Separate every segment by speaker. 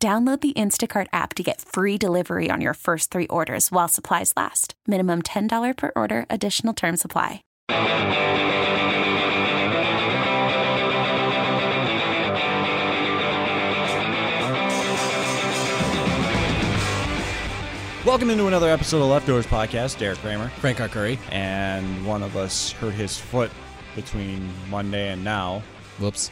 Speaker 1: Download the Instacart app to get free delivery on your first three orders while supplies last. Minimum $10 per order, additional term supply.
Speaker 2: Welcome into another episode of Leftovers Podcast. Derek Kramer.
Speaker 3: Frank R. Curry.
Speaker 2: And one of us hurt his foot between Monday and now.
Speaker 3: Whoops.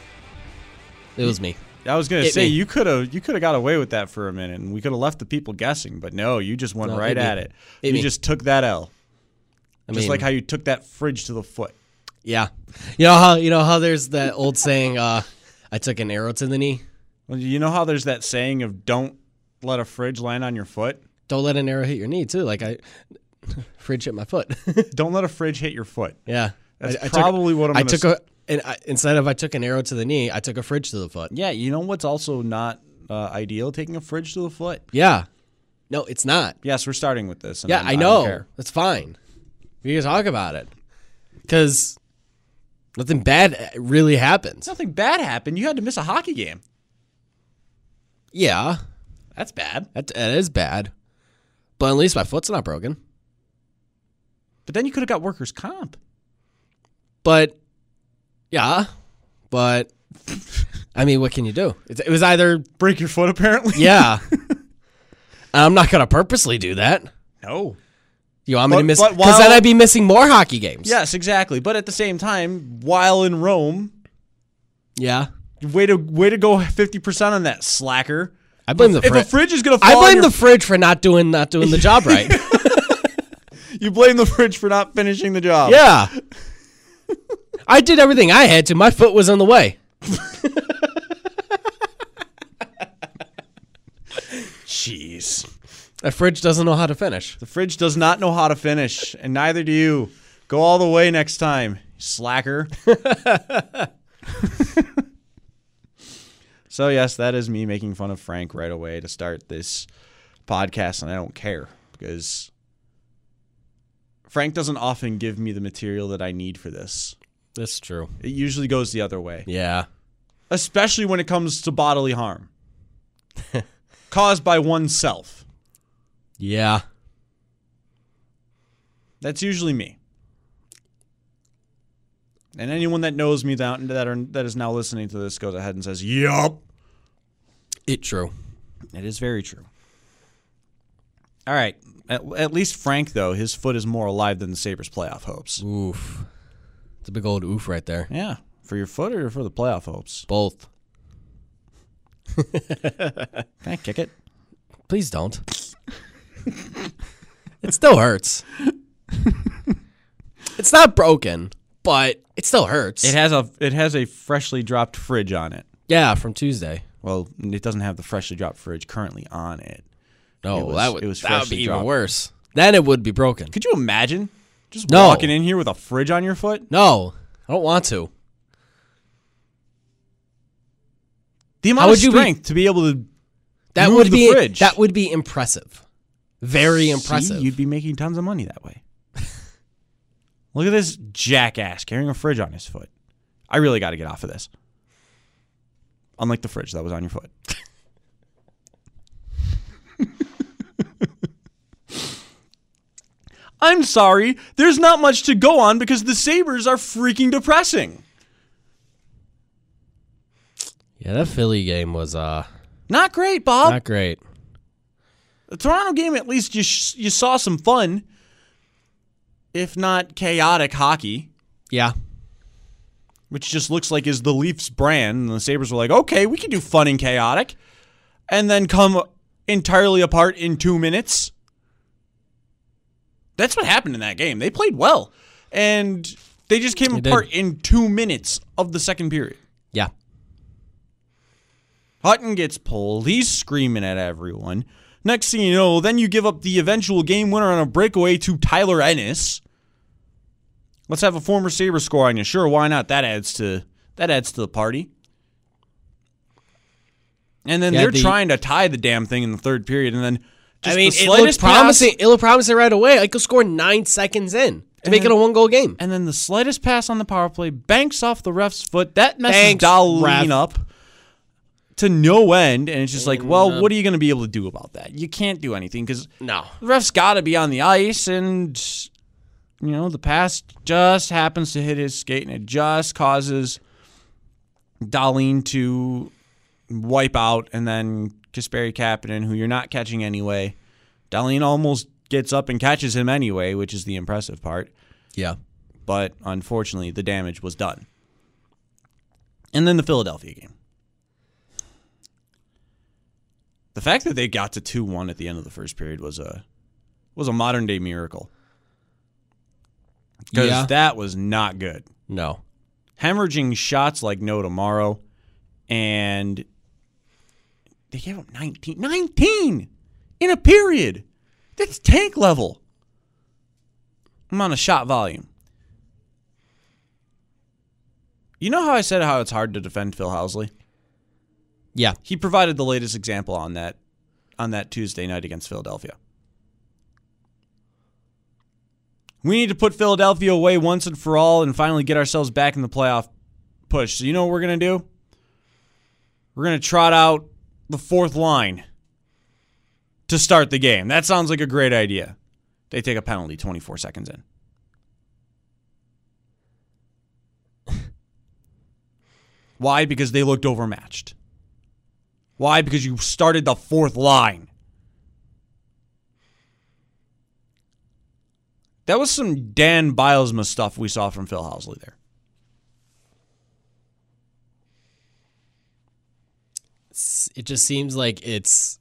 Speaker 3: It was me.
Speaker 2: I was gonna
Speaker 3: Hit
Speaker 2: say
Speaker 3: me.
Speaker 2: you could have you could have got away with that for a minute, and we could have left the people guessing. But no, you just went
Speaker 3: No,
Speaker 2: right
Speaker 3: hit me.
Speaker 2: at it.
Speaker 3: Hit
Speaker 2: you
Speaker 3: me.
Speaker 2: just took that L,
Speaker 3: I
Speaker 2: just
Speaker 3: mean,
Speaker 2: like how you took that fridge to the foot.
Speaker 3: yeah, you know how you know how there's that old saying, uh, "I took an arrow to the knee."
Speaker 2: Well, you know how there's that saying of don't let a fridge land on your foot.
Speaker 3: Don't let an arrow hit your knee too. Like I, fridge hit my foot.
Speaker 2: Don't let a fridge hit your foot.
Speaker 3: yeah,
Speaker 2: That's
Speaker 3: I, I took-
Speaker 2: probably what I'm.
Speaker 3: I
Speaker 2: gonna
Speaker 3: took
Speaker 2: say.
Speaker 3: a and I, instead of I took an arrow to the knee, I took a fridge to the foot.
Speaker 2: yeah, you know what's also not uh, ideal? Taking a fridge to the foot.
Speaker 3: Yeah, no, it's not.
Speaker 2: Yes, we're starting with this. and
Speaker 3: Yeah,
Speaker 2: I'm-
Speaker 3: I
Speaker 2: don't
Speaker 3: know.
Speaker 2: care.
Speaker 3: That's fine. We can talk about it because nothing bad really happened.
Speaker 2: Nothing bad happened. You had to miss a hockey game.
Speaker 3: Yeah,
Speaker 2: That's bad.
Speaker 3: that, that is bad, but at least my foot's not broken.
Speaker 2: But then you could have got workers' comp.
Speaker 3: But yeah, but I mean, what can you do? It, it was either
Speaker 2: Break your foot, apparently.
Speaker 3: yeah. I'm not gonna purposely do that.
Speaker 2: No.
Speaker 3: You want me
Speaker 2: But-
Speaker 3: to miss?
Speaker 2: but
Speaker 3: Because
Speaker 2: while-
Speaker 3: then I'd be missing more hockey games.
Speaker 2: Yes, exactly. But at the same time, while in Rome,
Speaker 3: yeah.
Speaker 2: way to way to go fifty percent on that slacker.
Speaker 3: I blame the
Speaker 2: If a
Speaker 3: fridge.
Speaker 2: fridge is gonna fall,
Speaker 3: I
Speaker 2: on
Speaker 3: blame
Speaker 2: your-
Speaker 3: the fridge for not doing not doing the job right.
Speaker 2: you blame the fridge for not finishing the job.
Speaker 3: yeah. I did everything I had to. My foot was in the way.
Speaker 2: Jeez.
Speaker 3: A fridge doesn't know how to finish.
Speaker 2: The fridge does not know how to finish, and neither do you. Go all the way next time, slacker. so, yes, that is me making fun of Frank right away to start this podcast, and I don't care because Frank doesn't often give me the material that I need for this.
Speaker 3: That's true.
Speaker 2: It usually goes the other way,
Speaker 3: Yeah.
Speaker 2: especially when it comes to bodily harm caused by oneself.
Speaker 3: Yeah.
Speaker 2: That's usually me. And anyone that knows me that that, are, that is now listening to this goes ahead and says, "Yup."
Speaker 3: It true.
Speaker 2: It is very true. All right. At, at least Frank though, his foot is more alive than the Sabres playoff hopes.
Speaker 3: Oof. It's a big old oof right there.
Speaker 2: Yeah. For your foot or for the playoff hopes?
Speaker 3: Both.
Speaker 2: Can I kick it?
Speaker 3: Please don't. it still hurts. it's not broken, but it still hurts.
Speaker 2: It has a it has a freshly dropped fridge on it.
Speaker 3: yeah, from Tuesday.
Speaker 2: Well, it doesn't have the freshly dropped fridge currently on it.
Speaker 3: No,
Speaker 2: It was-
Speaker 3: that would
Speaker 2: it was
Speaker 3: that would
Speaker 2: freshly
Speaker 3: be even
Speaker 2: dropped.
Speaker 3: worse. Then it would be broken.
Speaker 2: Could you imagine just
Speaker 3: No.
Speaker 2: walking in here with a fridge on your foot?
Speaker 3: No, I don't want to.
Speaker 2: The amount
Speaker 3: would
Speaker 2: of
Speaker 3: you be-
Speaker 2: strength to be able to
Speaker 3: That
Speaker 2: Move
Speaker 3: would
Speaker 2: the
Speaker 3: be
Speaker 2: fridge.
Speaker 3: that would be impressive. Very impressive.
Speaker 2: See, you'd be making tons of money that way. Look at this jackass carrying a fridge on his foot. I really got to get off of this. Unlike the fridge that was on your foot. I'm sorry, there's not much to go on because the Sabres are freaking depressing.
Speaker 3: yeah, that Philly game was uh
Speaker 2: Not great, Bob.
Speaker 3: not great.
Speaker 2: The Toronto game, at least you sh- you saw some fun, if not chaotic hockey.
Speaker 3: Yeah.
Speaker 2: which just looks like is the Leafs brand. And the Sabres were like, okay, we can do fun and chaotic, and then come entirely apart in two minutes. That's what happened in that game. They played well, and they just came
Speaker 3: They did.
Speaker 2: apart in two minutes of the second period.
Speaker 3: Yeah.
Speaker 2: Hutton gets pulled. He's screaming at everyone. Next thing you know, then you give up the eventual game winner on a breakaway to Tyler Ennis. Let's have a former Sabre score on you. Sure, why not? That adds to that adds to the party. And then
Speaker 3: Yeah,
Speaker 2: they're
Speaker 3: the-
Speaker 2: trying to tie the damn thing in the third period, and then just
Speaker 3: I mean,
Speaker 2: the
Speaker 3: it looked
Speaker 2: slightest pass-
Speaker 3: promising. It looked promising right away. Eichel scored nine seconds in to make it a one goal game.
Speaker 2: And then the slightest pass on the power play banks off the ref's foot. That messes
Speaker 3: Thanks,
Speaker 2: Darlene
Speaker 3: ref.
Speaker 2: up to no end. And it's just like,
Speaker 3: Mm-hmm.
Speaker 2: well, what are you going to be able to do about that? You can't do anything because
Speaker 3: No.
Speaker 2: the ref's got to be on the ice. And, you know, the pass just happens to hit his skate and it just causes Darlene to wipe out. And then Kasperi Kapanen, who you're not catching anyway, Darlene almost gets up and catches him anyway, which is the impressive part
Speaker 3: Yeah.
Speaker 2: but unfortunately, the damage was done. And then the Philadelphia game. The fact that they got to two one at the end of the first period was a was a modern day miracle because
Speaker 3: Yeah.
Speaker 2: that was not good.
Speaker 3: No.
Speaker 2: Hemorrhaging shots like no tomorrow, and they gave up 19, 19 in a period. That's tank level. I'm on a shot volume. You know how I said how it's hard to defend Phil Housley?
Speaker 3: Yeah.
Speaker 2: He provided the latest example on that on that Tuesday night against Philadelphia. We need to put Philadelphia away once and for all and finally get ourselves back in the playoff push. So you know what we're going to do? We're going to trot out the fourth line to start the game. That sounds like a great idea. They take a penalty 24 seconds in. Why? Because they looked overmatched. Why? Because you started the fourth line. That was some Dan Bilesma stuff we saw from Phil Housley there.
Speaker 3: It's- It just seems like it's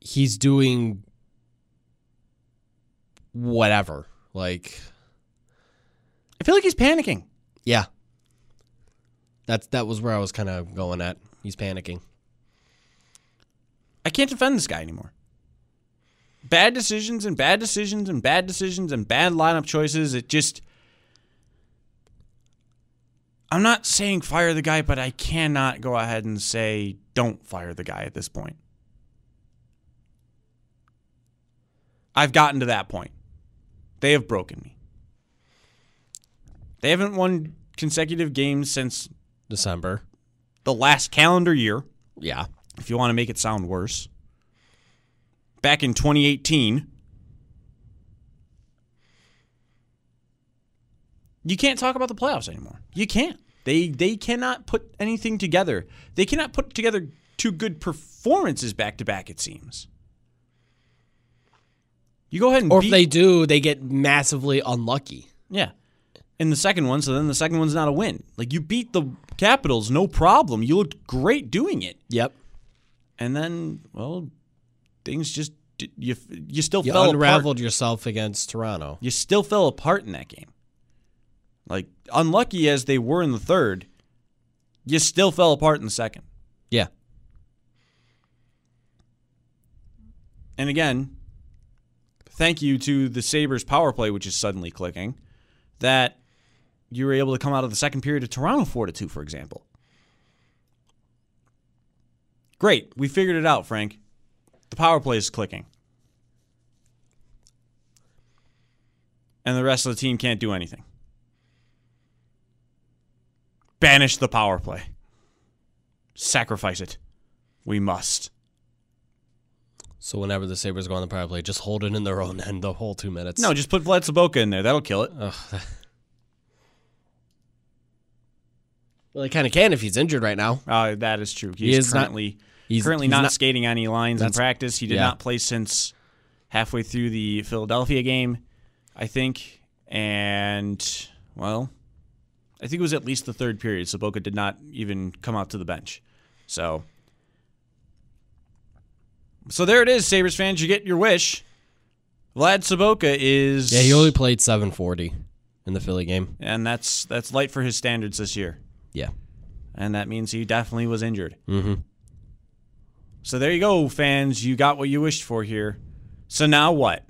Speaker 3: he's doing whatever. Like
Speaker 2: I feel like he's panicking.
Speaker 3: yeah. That's that was where I was kind of going at. He's panicking.
Speaker 2: I can't defend this guy anymore. Bad decisions and bad decisions and bad decisions and bad lineup choices. It just. I'm not saying fire the guy, but I cannot go ahead and say don't fire the guy at this point. I've gotten to that point. They have broken me. They haven't won consecutive games since
Speaker 3: December.
Speaker 2: the last calendar year
Speaker 3: Yeah.
Speaker 2: if you want to make it sound worse. Back in 2018, you can't talk about the playoffs anymore. You can't. They they cannot put anything together. They cannot put together two good performances back to back. It seems. You go ahead and
Speaker 3: Or if
Speaker 2: beat-
Speaker 3: they do, they get massively unlucky.
Speaker 2: yeah. In the second one, so then the second one's not a win. Like you beat the Capitals, no problem. You looked great doing it.
Speaker 3: Yep.
Speaker 2: and then well, things just d- you you still
Speaker 3: You
Speaker 2: fell
Speaker 3: unraveled
Speaker 2: apart.
Speaker 3: yourself against Toronto.
Speaker 2: You still fell apart in that game. Like unlucky as they were in the third, you still fell apart in the second.
Speaker 3: Yeah.
Speaker 2: And again, thank you to the Sabres power play, which is suddenly clicking, that you were able to come out of the second period of Toronto 4 to 2, for example. Great. We figured it out, Frank. The power play is clicking. And the rest of the team can't do anything. Banish the power play. Sacrifice it. We must.
Speaker 3: So whenever the Sabres go on the power play, just hold it in their own end the whole two minutes.
Speaker 2: No, just put Vlad Sobotka in there. That'll kill it.
Speaker 3: Well, they kind of can if he's injured right now.
Speaker 2: Uh, that is true. He's
Speaker 3: He is not-
Speaker 2: currently
Speaker 3: he's-
Speaker 2: currently
Speaker 3: he's
Speaker 2: not,
Speaker 3: not-
Speaker 2: skating any lines in
Speaker 3: That's-
Speaker 2: practice. He did
Speaker 3: yeah.
Speaker 2: not play since halfway through the Philadelphia game, I think. And well, I think it was at least the third period. Saboka did not even come out to the bench. So So there it is, Sabres fans. You get your wish. Vlad Saboka is
Speaker 3: Yeah, he only played 740 in the Philly game.
Speaker 2: and that's that's light for his standards this year.
Speaker 3: Yeah.
Speaker 2: and that means he definitely was injured.
Speaker 3: Mm-hmm.
Speaker 2: So there you go, fans. You got what you wished for here. So now what?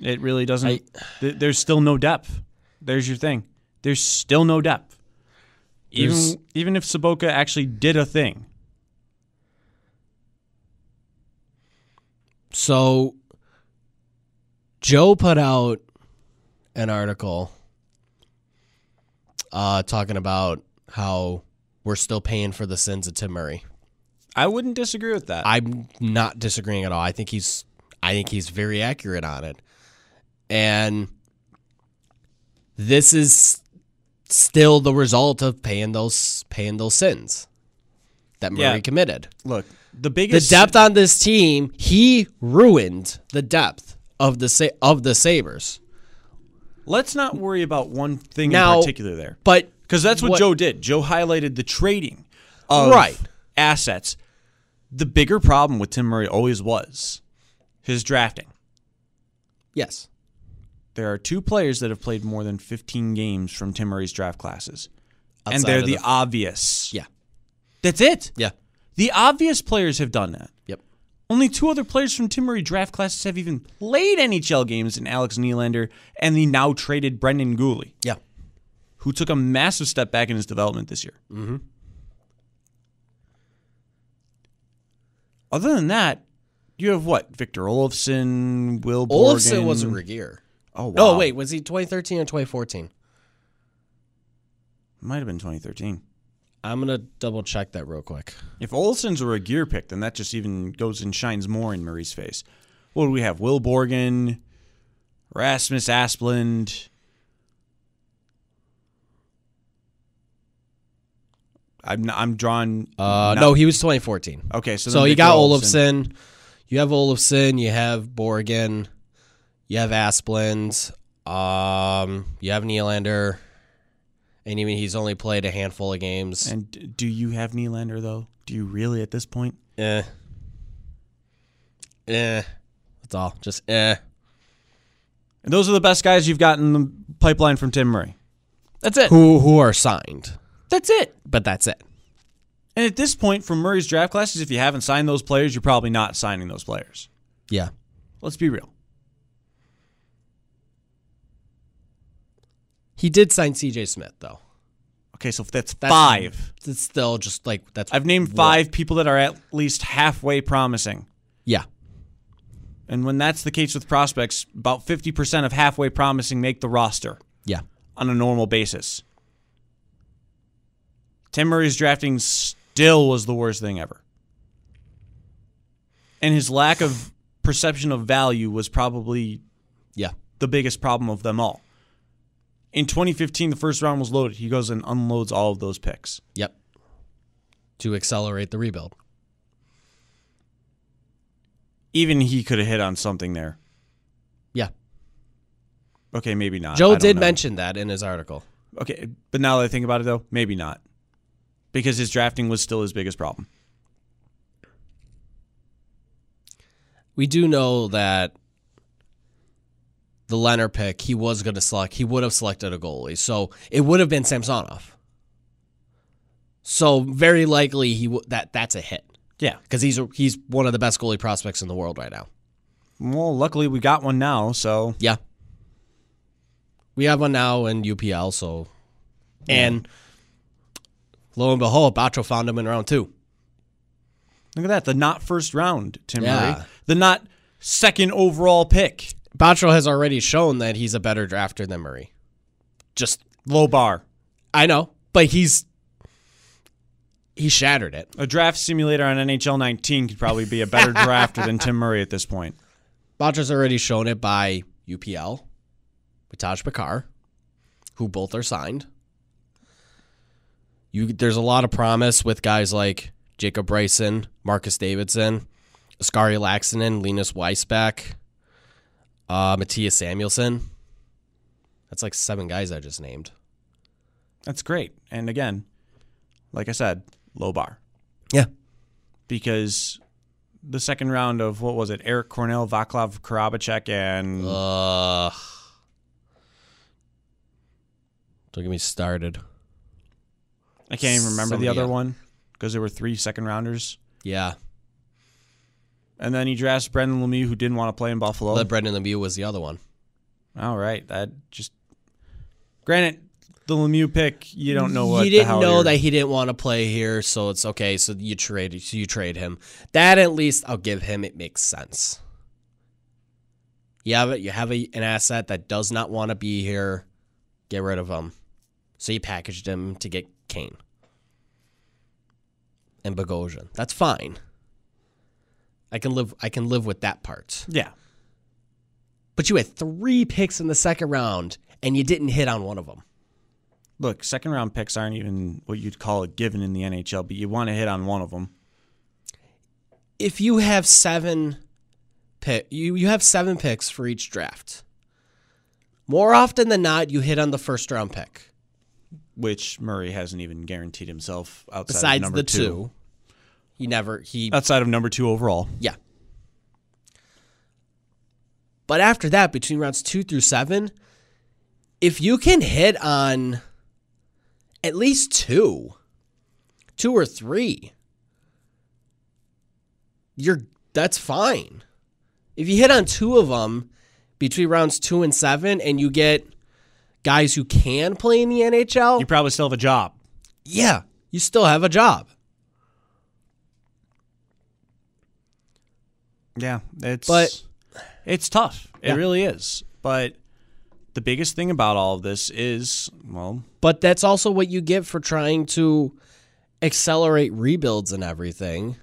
Speaker 2: It really doesn't.
Speaker 3: I-
Speaker 2: th- there's still no depth. There's your thing. There's still no depth. Even
Speaker 3: There's-
Speaker 2: even if Saboka actually did a thing,
Speaker 3: So Joe put out an article uh, talking about how we're still paying for the sins of Tim Murray.
Speaker 2: I wouldn't disagree with that.
Speaker 3: I'm not disagreeing at all. I think he's I think he's very accurate on it. And this is still the result of paying those paying those sins that Murray
Speaker 2: Yeah.
Speaker 3: committed.
Speaker 2: Look, the
Speaker 3: The
Speaker 2: biggest
Speaker 3: depth on this team, he ruined the depth of the Sa- of the Sabres.
Speaker 2: Let's not worry about one thing
Speaker 3: Now-
Speaker 2: in particular there.
Speaker 3: But
Speaker 2: Because that's what,
Speaker 3: What-
Speaker 2: Joe did. Joe highlighted the trading of
Speaker 3: Right.
Speaker 2: assets. The bigger problem with Tim Murray always was his drafting.
Speaker 3: yes.
Speaker 2: There are two players that have played more than 15 games from Tim Murray's draft classes, and
Speaker 3: Outside
Speaker 2: they're
Speaker 3: of
Speaker 2: the,
Speaker 3: the-
Speaker 2: obvious.
Speaker 3: Yeah.
Speaker 2: That's it.
Speaker 3: Yeah.
Speaker 2: The obvious players have done that.
Speaker 3: Yep.
Speaker 2: Only two other players from Tim Murray draft classes have even played NHL games in Alex Nylander and the now traded Brendan Gooley,
Speaker 3: Yeah.
Speaker 2: who took a massive step back in his development this year.
Speaker 3: Mm-hmm.
Speaker 2: Other than that, you have what? Victor Olofsson, Will
Speaker 3: Olafson
Speaker 2: Borgen.
Speaker 3: was a regear.
Speaker 2: Oh, wow.
Speaker 3: No, wait, was he 2013 or 2014?
Speaker 2: Might have been 2013.
Speaker 3: I'm going to double check that real quick.
Speaker 2: If Olofsson's were a gear pick, then that just even goes and shines more in Murray's face. What do we have? Will Borgen, Rasmus Asplund. I'm not, I'm drawn.
Speaker 3: Uh,
Speaker 2: not-
Speaker 3: no, he was 2014.
Speaker 2: Okay, so
Speaker 3: So
Speaker 2: then
Speaker 3: you
Speaker 2: Victor
Speaker 3: got
Speaker 2: Olofsson.
Speaker 3: Olafson. You have Olafson. You have Borgen. You have Asplund. Um, you have Nylander. And even he's only played a handful of games.
Speaker 2: And d- do you have Nylander though? Do you really at this point?
Speaker 3: eh. Eh. That's all. Just eh.
Speaker 2: And those are the best guys you've gotten the pipeline from Tim Murray. That's it.
Speaker 3: Who who are signed?
Speaker 2: That's it.
Speaker 3: But that's it.
Speaker 2: And at this point, from Murray's draft classes, if you haven't signed those players, you're probably not signing those players.
Speaker 3: Yeah.
Speaker 2: Let's be real.
Speaker 3: He did sign C.J. Smith though.
Speaker 2: Okay, so that's,
Speaker 3: That's-
Speaker 2: five.
Speaker 3: It's still just like that's.
Speaker 2: I've named five people that are at least halfway promising.
Speaker 3: Yeah.
Speaker 2: And when that's the case with prospects, about 50% of halfway promising make the roster
Speaker 3: Yeah.
Speaker 2: on a normal basis. Tim Murray's drafting still was the worst thing ever. And his lack of perception of value was probably
Speaker 3: Yeah.
Speaker 2: the biggest problem of them all. In 2015, the first round was loaded. He goes and unloads all of those picks.
Speaker 3: Yep. To accelerate the rebuild.
Speaker 2: Even he could have hit on something there.
Speaker 3: Yeah.
Speaker 2: Okay, maybe not. I
Speaker 3: Joe
Speaker 2: don't
Speaker 3: did
Speaker 2: know.
Speaker 3: mention that in his article.
Speaker 2: Okay, but now that I think about it, though, maybe not. Because his drafting was still his biggest problem.
Speaker 3: We do know that the Leonard pick, he was going to select, he would have selected a goalie. So it would have been Samsonov. So very likely he w- that that's a hit
Speaker 2: Yeah.
Speaker 3: because he's he's one of the best goalie prospects in the world right now.
Speaker 2: Well, luckily we got one now, so
Speaker 3: Yeah. We have one now in UPL, so and lo and behold, Bacho found him in round two.
Speaker 2: look at that. The not first round, Tim
Speaker 3: Yeah.
Speaker 2: Murray. The not second overall pick.
Speaker 3: Bacho has already shown that he's a better drafter than Murray. Just
Speaker 2: Low bar.
Speaker 3: I know, but he's he shattered it.
Speaker 2: A draft simulator on NHL 19 could probably be a better drafter than Tim Murray at this point.
Speaker 3: Bacho's already shown it by UPL, with Taj Bakar, who both are signed. You there's a lot of promise with guys like Jacob Bryson, Marcus Davidson, Askari Laxinen, Linus Weisbeck, uh, Matthias Samuelson. That's like seven guys I just named.
Speaker 2: That's great. And again, like I said, low bar
Speaker 3: Yeah.
Speaker 2: because the second round of what was it? Eric Cornell, Vaclav Karabachek, and
Speaker 3: Ugh. Don't get me started.
Speaker 2: I can't even remember
Speaker 3: somebody
Speaker 2: the other
Speaker 3: else.
Speaker 2: one because there were three second rounders.
Speaker 3: Yeah.
Speaker 2: And then he drafts Brendan Lemieux, who didn't want to play in Buffalo.
Speaker 3: Let Brendan Lemieux was the other one.
Speaker 2: All right, that just granted the Lemieux pick, you don't know what.
Speaker 3: you
Speaker 2: the
Speaker 3: didn't
Speaker 2: hell
Speaker 3: know
Speaker 2: you're-
Speaker 3: that he didn't want to play here, so it's okay. So you trade, so you trade him. That at least I'll give him. It makes sense. You have it. You have a, an asset that does not want to be here. Get rid of him. So you packaged him to get Kane and Bogosian. That's fine. I can live. I can live with that part.
Speaker 2: Yeah,
Speaker 3: But you had three picks in the second round, and you didn't hit on one of them.
Speaker 2: look, second round picks aren't even what you'd call a given in the NHL, but you want to hit on one of them.
Speaker 3: if you have seven pick you, you have seven picks for each draft. More often than not, you hit on the first round pick.
Speaker 2: Which Murray hasn't even guaranteed himself outside of
Speaker 3: Besides
Speaker 2: number
Speaker 3: the two. He never he
Speaker 2: outside of number two overall.
Speaker 3: yeah. But after that, between rounds two through seven, if you can hit on at least two, two or three, you're that's fine. If you hit on two of them between rounds two and seven, and you get guys who can play in the NHL,
Speaker 2: You probably still have a job.
Speaker 3: yeah, you still have a job.
Speaker 2: Yeah, it's
Speaker 3: But-
Speaker 2: it's tough.
Speaker 3: Yeah.
Speaker 2: It really is. But the biggest thing about all of this is, well,
Speaker 3: But that's also what you get for trying to accelerate rebuilds and everything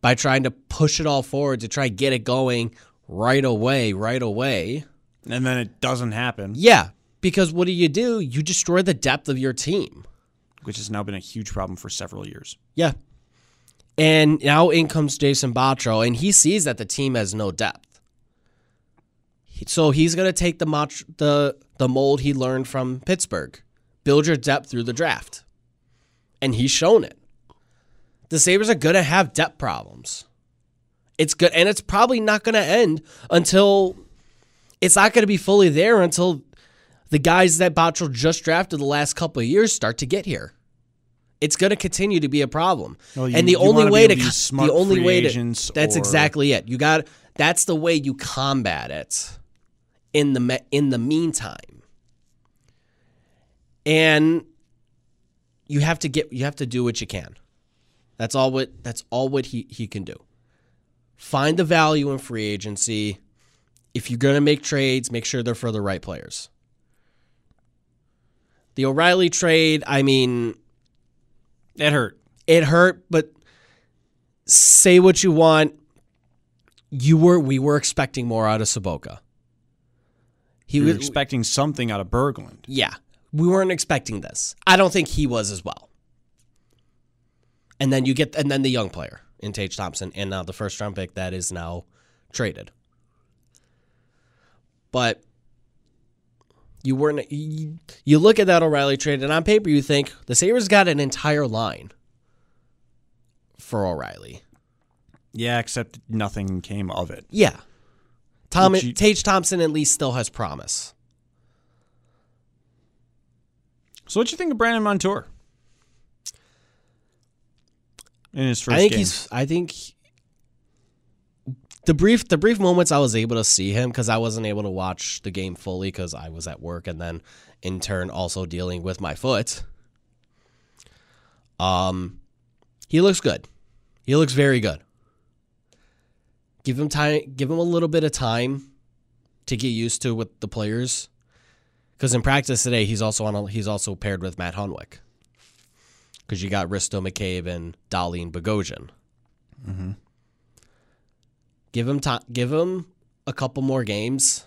Speaker 3: by trying to push it all forward to try to get it going right away, right away.
Speaker 2: and then it doesn't happen,
Speaker 3: Yeah, because what do you do? You destroy the depth of your team.
Speaker 2: which has now been a huge problem for several years.
Speaker 3: Yeah. And now in comes Jason Botro, and he sees that the team has no depth. He- So he's going to take the, mot- the the mold he learned from Pittsburgh, build your depth through the draft, and he's shown it. The Sabres are going to have depth problems. It's good, and it's probably not going to end until it's not going to be fully there until the guys that Botro just drafted the last couple of years start to get here it's going to continue to be a problem.
Speaker 2: Well, you-
Speaker 3: and the
Speaker 2: you
Speaker 3: only
Speaker 2: wanna be
Speaker 3: way to
Speaker 2: able to
Speaker 3: co-
Speaker 2: use smart
Speaker 3: the only
Speaker 2: free
Speaker 3: way
Speaker 2: agents
Speaker 3: to that's
Speaker 2: or-
Speaker 3: exactly it. You got that's the way you combat it in the me, in the meantime. And you have to get you have to do what you can. That's all what that's all what he he can do. Find the value in free agency. If you're going to make trades, make sure they're for the right players. The O'Reilly trade, I mean,
Speaker 2: It hurt.
Speaker 3: it hurt, but say what you want. You were we were expecting more out of Saboka. He
Speaker 2: You were
Speaker 3: was
Speaker 2: expecting something out of Berglund.
Speaker 3: yeah. We weren't expecting this. I don't think he was as well. And then you get and then the young player in Tage Thompson and now the first round pick that is now traded. But you weren't you, you look at that O'Reilly trade and on paper you think the Sabres got an entire line for O'Reilly.
Speaker 2: Yeah, except nothing came of it.
Speaker 3: Yeah. Tom
Speaker 2: Which you-
Speaker 3: Tage Thompson at least still has promise.
Speaker 2: So, what do you think of Brandon Montour in his first
Speaker 3: I think
Speaker 2: game?
Speaker 3: he's. I think the brief the brief moments I was able to see him because I wasn't able to watch the game fully because I was at work and then in turn also dealing with my foot. Um, he looks good. He looks very good. Give him time. Give him a little bit of time to get used to with the players. Because in practice today, he's also on. A, he's also paired with Matt Hunwick. Because you got Risto McCabe and Dolly and Bogosian. Give him time. Give him a couple more games,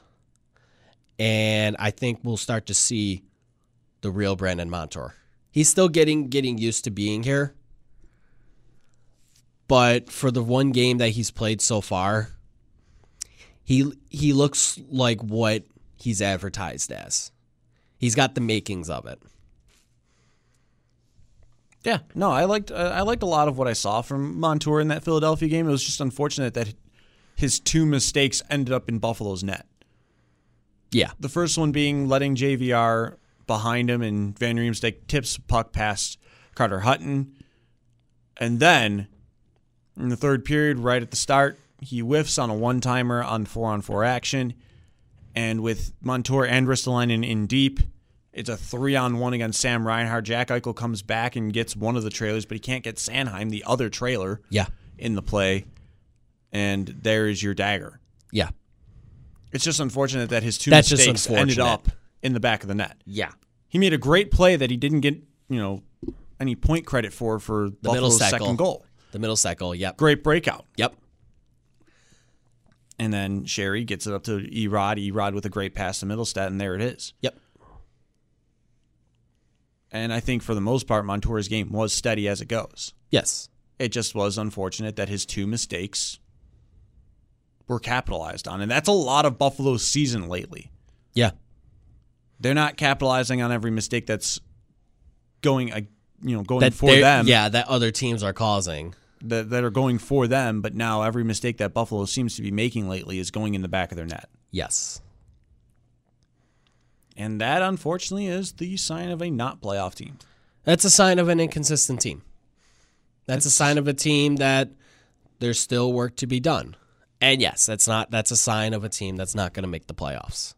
Speaker 3: and I think we'll start to see the real Brandon Montour. He's still getting getting used to being here, but for the one game that he's played so far, he he looks like what he's advertised as. He's got the makings of it.
Speaker 2: Yeah, no, I liked uh, I liked a lot of what I saw from Montour in that Philadelphia game. It was just unfortunate that his two mistakes ended up in Buffalo's net.
Speaker 3: Yeah.
Speaker 2: The first one being letting JVR behind him, and Van Riemsdyk tips puck past Carter Hutton, and then in the third period, right at the start, he whiffs on a one timer on four on four action, and with Montour and Ristolainen in deep. It's a three on one against Sam Reinhart. Jack Eichel comes back and gets one of the trailers, but he can't get Sanheim, the other trailer,
Speaker 3: Yeah.
Speaker 2: in the play. And there is your dagger.
Speaker 3: Yeah.
Speaker 2: It's just unfortunate that his two
Speaker 3: That's just
Speaker 2: mistakes ended
Speaker 3: unfortunate.
Speaker 2: up in the back of the net.
Speaker 3: Yeah.
Speaker 2: He made a great play that he didn't get, you know, any point credit for for
Speaker 3: The middle
Speaker 2: Buffalo's
Speaker 3: cycle.
Speaker 2: second goal.
Speaker 3: The middle cycle. Yep.
Speaker 2: Great breakout.
Speaker 3: Yep.
Speaker 2: And then Sherry gets it up to Erod. Erod with a great pass to Middlestat, and there it is.
Speaker 3: Yep.
Speaker 2: And I think for the most part, Montour's game was steady as it goes.
Speaker 3: Yes.
Speaker 2: It just was unfortunate that his two mistakes were capitalized on. And that's a lot of Buffalo's season lately.
Speaker 3: Yeah.
Speaker 2: They're not capitalizing on every mistake that's going, uh, you know, going
Speaker 3: That
Speaker 2: for
Speaker 3: they're-
Speaker 2: them.
Speaker 3: Yeah, that other teams are causing.
Speaker 2: That, that are going for them. But now every mistake that Buffalo seems to be making lately is going in the back of their net.
Speaker 3: Yes.
Speaker 2: And that, unfortunately, is the sign of a not playoff team.
Speaker 3: That's a sign of an inconsistent team. That's a sign of a team that there's still work to be done. And yes, that's not that's a sign of a team that's not going to make the playoffs.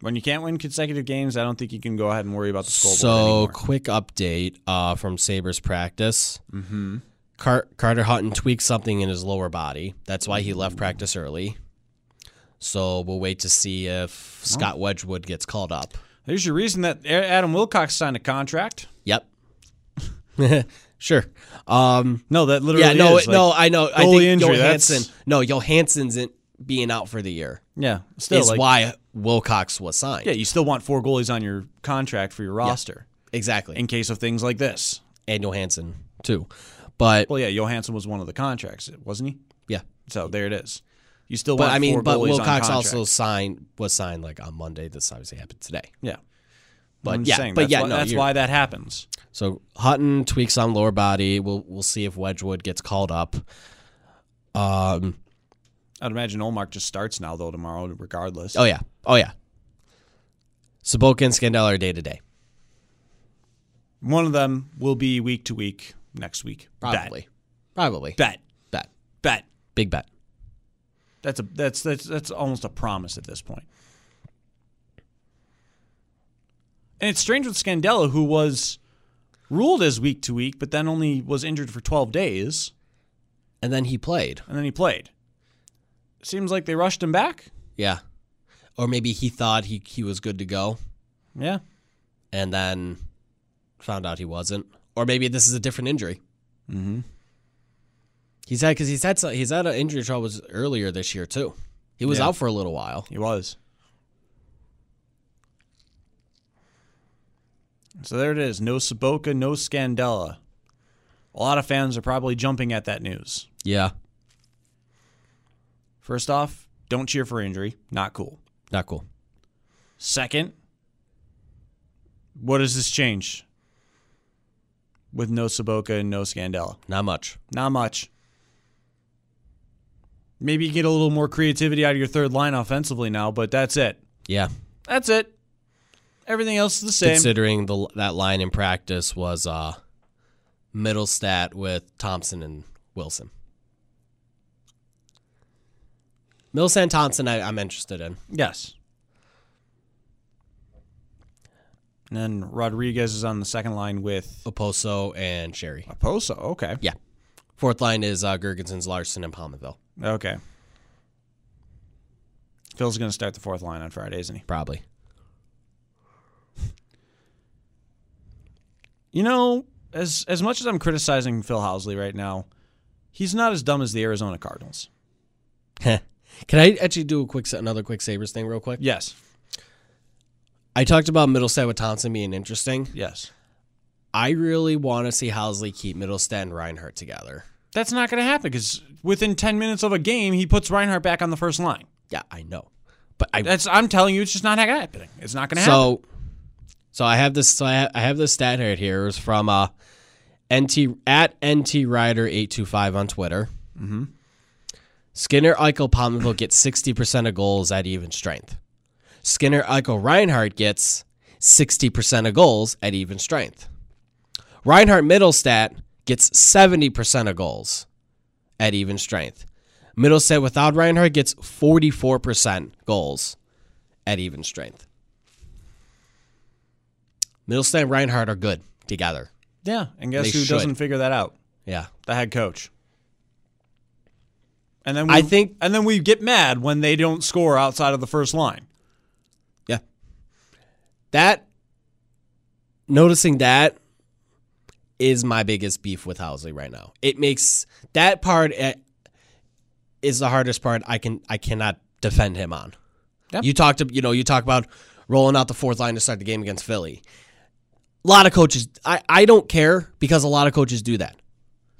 Speaker 2: When you can't win consecutive games, I don't think you can go ahead and worry about the scoreboard
Speaker 3: So,
Speaker 2: anymore.
Speaker 3: quick update uh, from Sabres practice. Mm-hmm. Car- Carter Hutton tweaked something in his lower body. That's why he left practice early. So, we'll wait to see if Scott Wedgwood gets called up.
Speaker 2: There's your reason that A- Adam Wilcox signed a contract.
Speaker 3: Yep. sure. Um,
Speaker 2: No, that literally.
Speaker 3: yeah, no,
Speaker 2: is,
Speaker 3: it-
Speaker 2: like-
Speaker 3: no, I know. I
Speaker 2: goalie
Speaker 3: think
Speaker 2: injury, that's-
Speaker 3: Johansson. No, Johansson's in, being out for the year
Speaker 2: Yeah, still
Speaker 3: is
Speaker 2: like-
Speaker 3: why Wilcox was signed.
Speaker 2: Yeah, you still want four goalies on your contract for your roster
Speaker 3: exactly.
Speaker 2: in
Speaker 3: And,
Speaker 2: case of things like this.
Speaker 3: Johansson too, but
Speaker 2: Well, yeah, Johansson was one of the contracts, wasn't he?
Speaker 3: yeah.
Speaker 2: So there it is. You still
Speaker 3: But
Speaker 2: want
Speaker 3: I mean,
Speaker 2: four
Speaker 3: but
Speaker 2: goalies on
Speaker 3: Wilcox
Speaker 2: contract.
Speaker 3: also signed was signed like on Monday. This obviously happened today.
Speaker 2: yeah.
Speaker 3: But
Speaker 2: I'm just
Speaker 3: yeah,
Speaker 2: saying,
Speaker 3: but
Speaker 2: that's
Speaker 3: yeah,
Speaker 2: why,
Speaker 3: no,
Speaker 2: that's
Speaker 3: you're-
Speaker 2: why that happens.
Speaker 3: So Hutton tweaks on lower body. We'll we'll see if Wedgwood gets called up. Um.
Speaker 2: I'd imagine Olmark just starts now though tomorrow, regardless.
Speaker 3: Oh yeah. Oh yeah. Saboka and Scandella are day to day.
Speaker 2: One of them will be week to week next week.
Speaker 3: Probably. Probably.
Speaker 2: Bet.
Speaker 3: Bet.
Speaker 2: Bet. Bet.
Speaker 3: Big bet.
Speaker 2: That's a that's that's that's almost a promise at this point. And it's strange with Scandella, who was ruled as week to week, but then only was injured for twelve days,
Speaker 3: And then he played.
Speaker 2: and then he played. Seems like they rushed him back.
Speaker 3: Yeah. Or maybe he thought he, he was good to go
Speaker 2: Yeah,
Speaker 3: and then found out he wasn't. Or maybe this is a different injury. Mm-hmm. He's had because he's had some, he's had an injury troubles earlier this year too. He was
Speaker 2: Yeah.
Speaker 3: out for a little while.
Speaker 2: he was. So there it is. No Saboka, no Scandella. A lot of fans are probably jumping at that news.
Speaker 3: Yeah,
Speaker 2: First off, don't cheer for injury. Not cool.
Speaker 3: not cool.
Speaker 2: Second, what does this change with no Saboka and no Scandella?
Speaker 3: Not much.
Speaker 2: Not much. Maybe you get a little more creativity out of your third line offensively now, but that's it.
Speaker 3: Yeah,
Speaker 2: That's it. Everything else is the same.
Speaker 3: considering the that line in practice was uh, middle stat with Thompson and Wilson. Mills and Thompson, I, I'm interested in.
Speaker 2: yes. And then Rodriguez is on the second line with
Speaker 3: Oposo and Sherry.
Speaker 2: Oposo. Okay.
Speaker 3: Yeah. Fourth line is uh, Gergensons, Larson, and Palmerville.
Speaker 2: Okay. Phil's going to start the fourth line on Friday, isn't he?
Speaker 3: Probably.
Speaker 2: You know, as as much as I'm criticizing Phil Housley right now, he's not as dumb as the Arizona Cardinals.
Speaker 3: Can I actually do a quick another quick Sabres thing real quick?
Speaker 2: Yes,
Speaker 3: I talked about Middlestat with Thompson being interesting.
Speaker 2: yes.
Speaker 3: I really want to see Housley keep Middlestat and Reinhardt together.
Speaker 2: That's not going to happen because within ten minutes of a game, he puts Reinhardt back on the first line.
Speaker 3: Yeah, I know. But I
Speaker 2: That's I'm telling you, it's just not happening. It's not going to happen.
Speaker 3: so so I have this so I, ha- I have this stat right here. It was from uh NT at NT Rider eight two five on Twitter. Skinner Eichel Palmerville gets sixty percent of goals at even strength. Skinner Eichel Reinhardt gets sixty percent of goals at even strength. Reinhardt Middlestat gets seventy percent of goals at even strength. Middlestat without Reinhardt gets forty four percent goals at even strength. Middlestat and Reinhardt are good together.
Speaker 2: Yeah, and guess
Speaker 3: They
Speaker 2: who
Speaker 3: should.
Speaker 2: doesn't figure that out?
Speaker 3: Yeah.
Speaker 2: The head coach. And then we,
Speaker 3: I think-
Speaker 2: and then we get mad when they don't score outside of the first line.
Speaker 3: Yeah. That noticing that is my biggest beef with Housley right now. It makes that part eh, is the hardest part I can I cannot defend him on.
Speaker 2: Yeah.
Speaker 3: You talked ab- you know, you talk about rolling out the fourth line to start the game against Philly. A lot of coaches I, I don't care because a lot of coaches do that.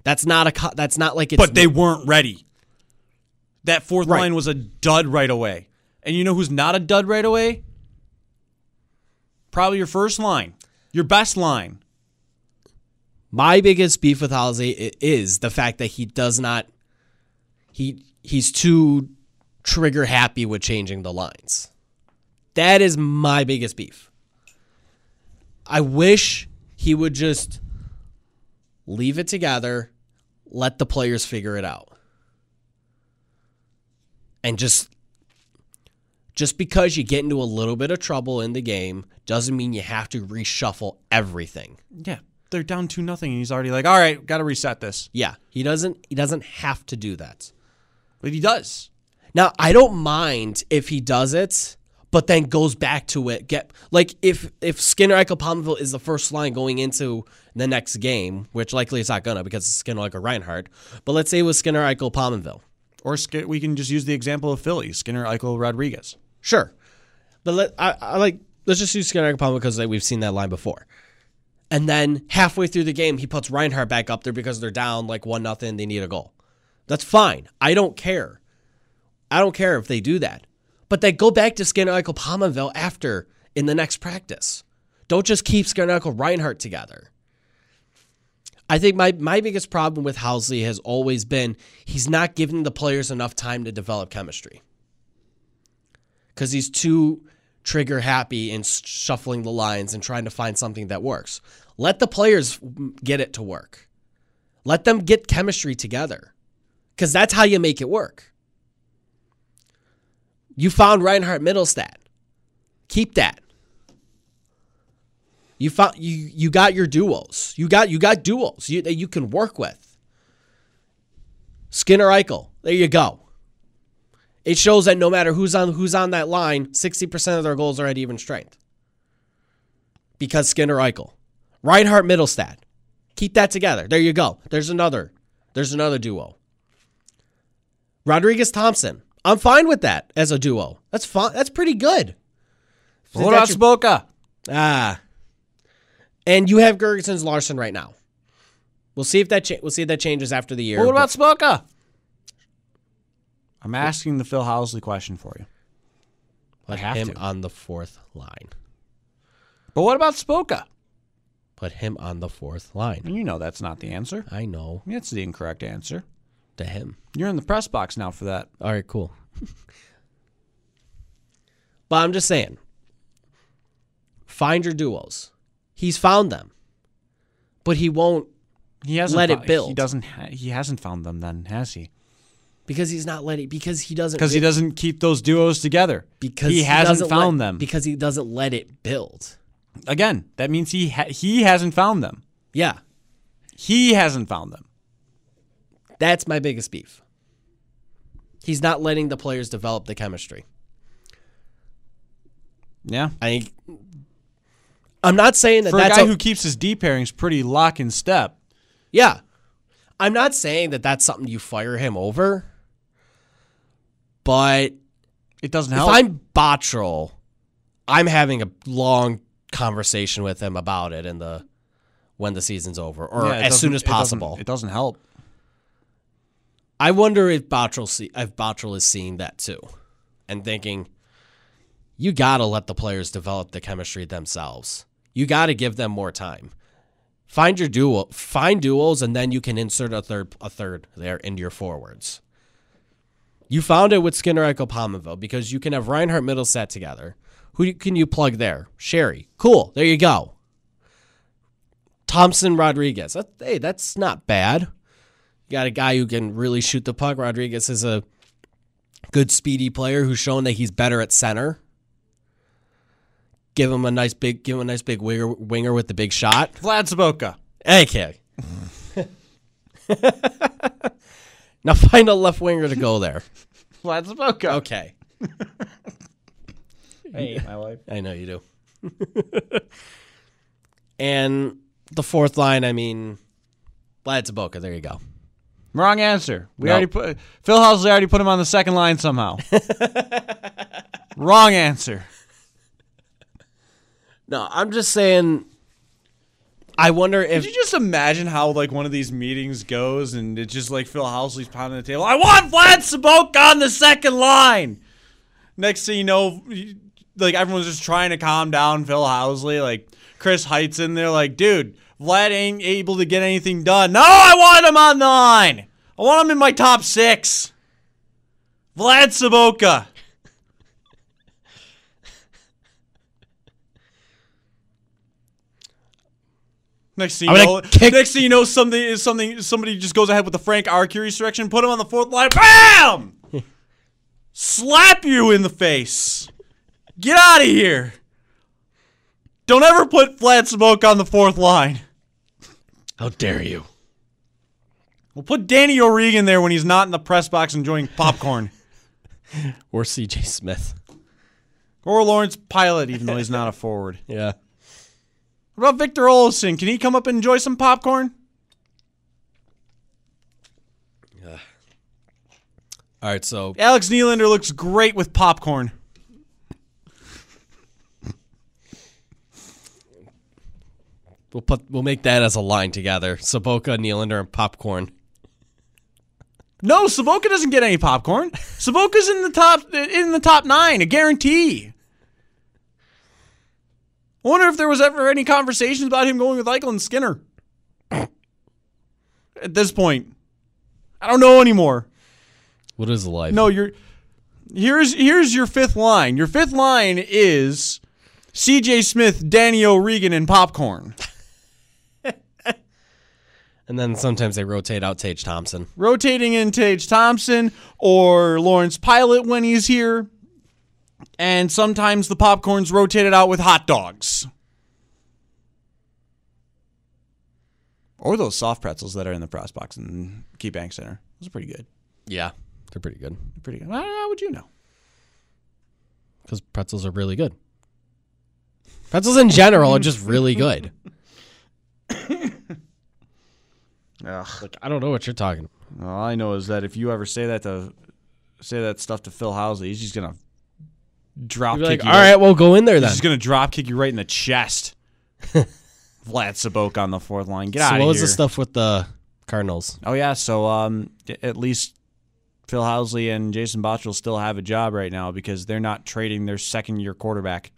Speaker 3: That's not a co- that's not like it's
Speaker 2: but they weren't ready. That fourth
Speaker 3: Right.
Speaker 2: line was a dud right away. And you know who's not a dud right away? Probably your first line, your best line.
Speaker 3: My biggest beef with Halsey i- is the fact that he does not he he's too trigger happy with changing the lines. That is my biggest beef. I wish he would just leave it together, let the players figure it out. And just just because you get into a little bit of trouble in the game doesn't mean you have to reshuffle everything.
Speaker 2: Yeah, they're down two nothing, and he's already like, "All right, got to reset this."
Speaker 3: Yeah, he doesn't he doesn't have to do that.
Speaker 2: But he does.
Speaker 3: Now, I don't mind if he does it, but then goes back to it. Get like if if Skinner Eichel Palmville is the first line going into the next game, which likely it's not gonna because it's Skinner Eichel Reinhardt. But let's say it was Skinner Eichel Palmville.
Speaker 2: Or Sk- we can just use the example of Philly, Skinner, Eichel, Rodriguez.
Speaker 3: Sure, but let I, I like let's just use Skinner Eichel Palmville because like, we've seen that line before. And then halfway through the game, he puts Reinhardt back up there because they're down like one nothing. They need a goal. That's fine. I don't care. I don't care if they do that. But then go back to Skinner Eichel Palmerville after in the next practice. Don't just keep Skinner Eichel Reinhardt together. I think my, my biggest problem with Housley has always been he's not giving the players enough time to develop chemistry. Because he's too trigger happy in s- shuffling the lines and trying to find something that works. Let the players get it to work. Let them get chemistry together. Because that's how you make it work. You found Reinhardt Middlestat. Keep that. You found you you got your duos. You got you got duos you, that you can work with. Skinner Eichel. There you go. It shows that no matter who's on who's on that line, 60% of their goals are at even strength. Because Skinner Eichel. Reinhardt Middlestat. Keep that together. There you go. There's another. There's another duo. Rodriguez Thompson. I'm fine with that as a duo. That's fine. That's pretty good.
Speaker 2: Hold
Speaker 3: That's
Speaker 2: on,
Speaker 3: your-
Speaker 2: Smoka.
Speaker 3: Ah. And you have Gergensen's Larson right now. We'll see if that cha- we'll see if that changes after the year.
Speaker 2: What
Speaker 3: but-
Speaker 2: about Smoka? I'm asking the Phil Housley question for you.
Speaker 3: put
Speaker 2: have
Speaker 3: him
Speaker 2: to.
Speaker 3: on the fourth line?
Speaker 2: But what about Spoka?
Speaker 3: Put him on the fourth line.
Speaker 2: And you know that's not the answer.
Speaker 3: I know
Speaker 2: That's the incorrect answer.
Speaker 3: to him.
Speaker 2: You're in the press box now for that.
Speaker 3: All right, cool. but I'm just saying, find your duos. He's found them, but he won't
Speaker 2: He hasn't
Speaker 3: Let
Speaker 2: fo-
Speaker 3: it build.
Speaker 2: He doesn't. Ha- he hasn't found them then, has he?
Speaker 3: because he's not letting because he doesn't
Speaker 2: Because he doesn't keep those duos together.
Speaker 3: because
Speaker 2: he hasn't
Speaker 3: doesn't
Speaker 2: found
Speaker 3: let-
Speaker 2: them.
Speaker 3: because he doesn't let it build.
Speaker 2: Again, that means he ha- he hasn't found them.
Speaker 3: Yeah,
Speaker 2: He hasn't found them.
Speaker 3: That's my biggest beef. He's not letting the players develop the chemistry.
Speaker 2: Yeah.
Speaker 3: I think I'm not saying that
Speaker 2: For a
Speaker 3: that's
Speaker 2: guy
Speaker 3: a-
Speaker 2: who keeps his D pairings pretty lock and step,
Speaker 3: yeah. I'm not saying that that's something you fire him over. But
Speaker 2: it doesn't
Speaker 3: if
Speaker 2: help.
Speaker 3: I'm Bottrell, I'm having a long conversation with him about it in the when the season's over or
Speaker 2: Yeah, it
Speaker 3: as soon
Speaker 2: doesn't- it
Speaker 3: as
Speaker 2: doesn't-
Speaker 3: possible.
Speaker 2: It doesn't help.
Speaker 3: I wonder if Bottrell see if Bottrell is seeing that too, and thinking, you gotta let the players develop the chemistry themselves. You gotta give them more time. Find your duo, find duels, and then you can insert a third, a third there into your forwards. You found it with Skinner Eichel Palmerville because you can have Reinhardt Middlestat together. Who do- can you plug there? Sherry. Cool. There you go. Thompson Rodriguez. That- hey, that's not bad. You got a guy who can really shoot the puck. Rodriguez is a good speedy player who's shown that he's better at center. Give him a nice big, give him a nice big winger, winger with the big shot.
Speaker 2: Vlad Savoka.
Speaker 3: Okay. now find a left winger to go there.
Speaker 2: Vlad Savoka.
Speaker 3: Okay.
Speaker 2: I hate my life.
Speaker 3: I know you do. and the fourth line, I mean, Vlad Boca. There you go.
Speaker 2: Wrong answer. We
Speaker 3: No.
Speaker 2: already put Phil Housley already put him on the second line somehow. Wrong answer.
Speaker 3: No, I'm just saying. I wonder
Speaker 2: Could
Speaker 3: if
Speaker 2: you just imagine how like one of these meetings goes and it's just like Phil Housley's pounding the table. I want Vlad Saboka on the second line. Next thing you know, you- like everyone's just trying to calm down Phil Housley. Like Chris Heights in there, like, dude, Vlad ain't able to get anything done. No, I want him on the line. I want him in my top six. Vlad Saboka. Next thing, you
Speaker 3: I'm
Speaker 2: know,
Speaker 3: gonna kick-
Speaker 2: next thing you know, something is something. Somebody just goes ahead with the Frank Arcuri direction, put him on the fourth line, bam, slap you in the face. Get out of here. Don't ever put Vlad Smoke on the fourth line.
Speaker 3: how dare you?
Speaker 2: We'll put Danny O'Regan there when he's not in the press box enjoying popcorn.
Speaker 3: Or CJ Smith.
Speaker 2: or Lawrence Pilot, even though he's not a forward.
Speaker 3: Yeah.
Speaker 2: What about Victor Olsson? Can he come up and enjoy some popcorn?
Speaker 3: All right. So
Speaker 2: Alex Nylander looks great with popcorn.
Speaker 3: we'll put we'll make that as a line together. Saboka, Nylander, and popcorn.
Speaker 2: No, Saboka doesn't get any popcorn. Saboka's in the top in the top nine, a guarantee. I wonder if there was ever any conversations about him going with Eichel and Skinner. At this point, I don't know anymore.
Speaker 3: What is life?
Speaker 2: No, you're here's here's your fifth line. Your fifth line is C.J. Smith, Danny O'Regan, and popcorn.
Speaker 3: And then sometimes they rotate out Tage Thompson.
Speaker 2: rotating in Tage Thompson or Lawrence Pilot when he's here. And sometimes the popcorn's rotated out with hot dogs. Or those soft pretzels that are in the press box in Key Bank Center. Those are pretty good.
Speaker 3: Yeah, they're pretty good
Speaker 2: They're Pretty good. How, how would you know?
Speaker 3: because pretzels are really good. Pretzels in general are just really good. Like I don't know what you're talking.
Speaker 2: All I know is that if you ever say that to say that stuff to Phil Housley, he's just gonna drop
Speaker 3: You're
Speaker 2: kick
Speaker 3: like,
Speaker 2: you
Speaker 3: all right, well, go in there then.
Speaker 2: He's gonna drop kick you right in the chest. Vlad Sabok on the fourth line. Get out
Speaker 3: so
Speaker 2: of
Speaker 3: what
Speaker 2: here.
Speaker 3: was the stuff with the Cardinals?
Speaker 2: Oh yeah, so um, a- at least Phil Housley and Jason Botchell still have a job right now because they're not trading their second-year quarterback.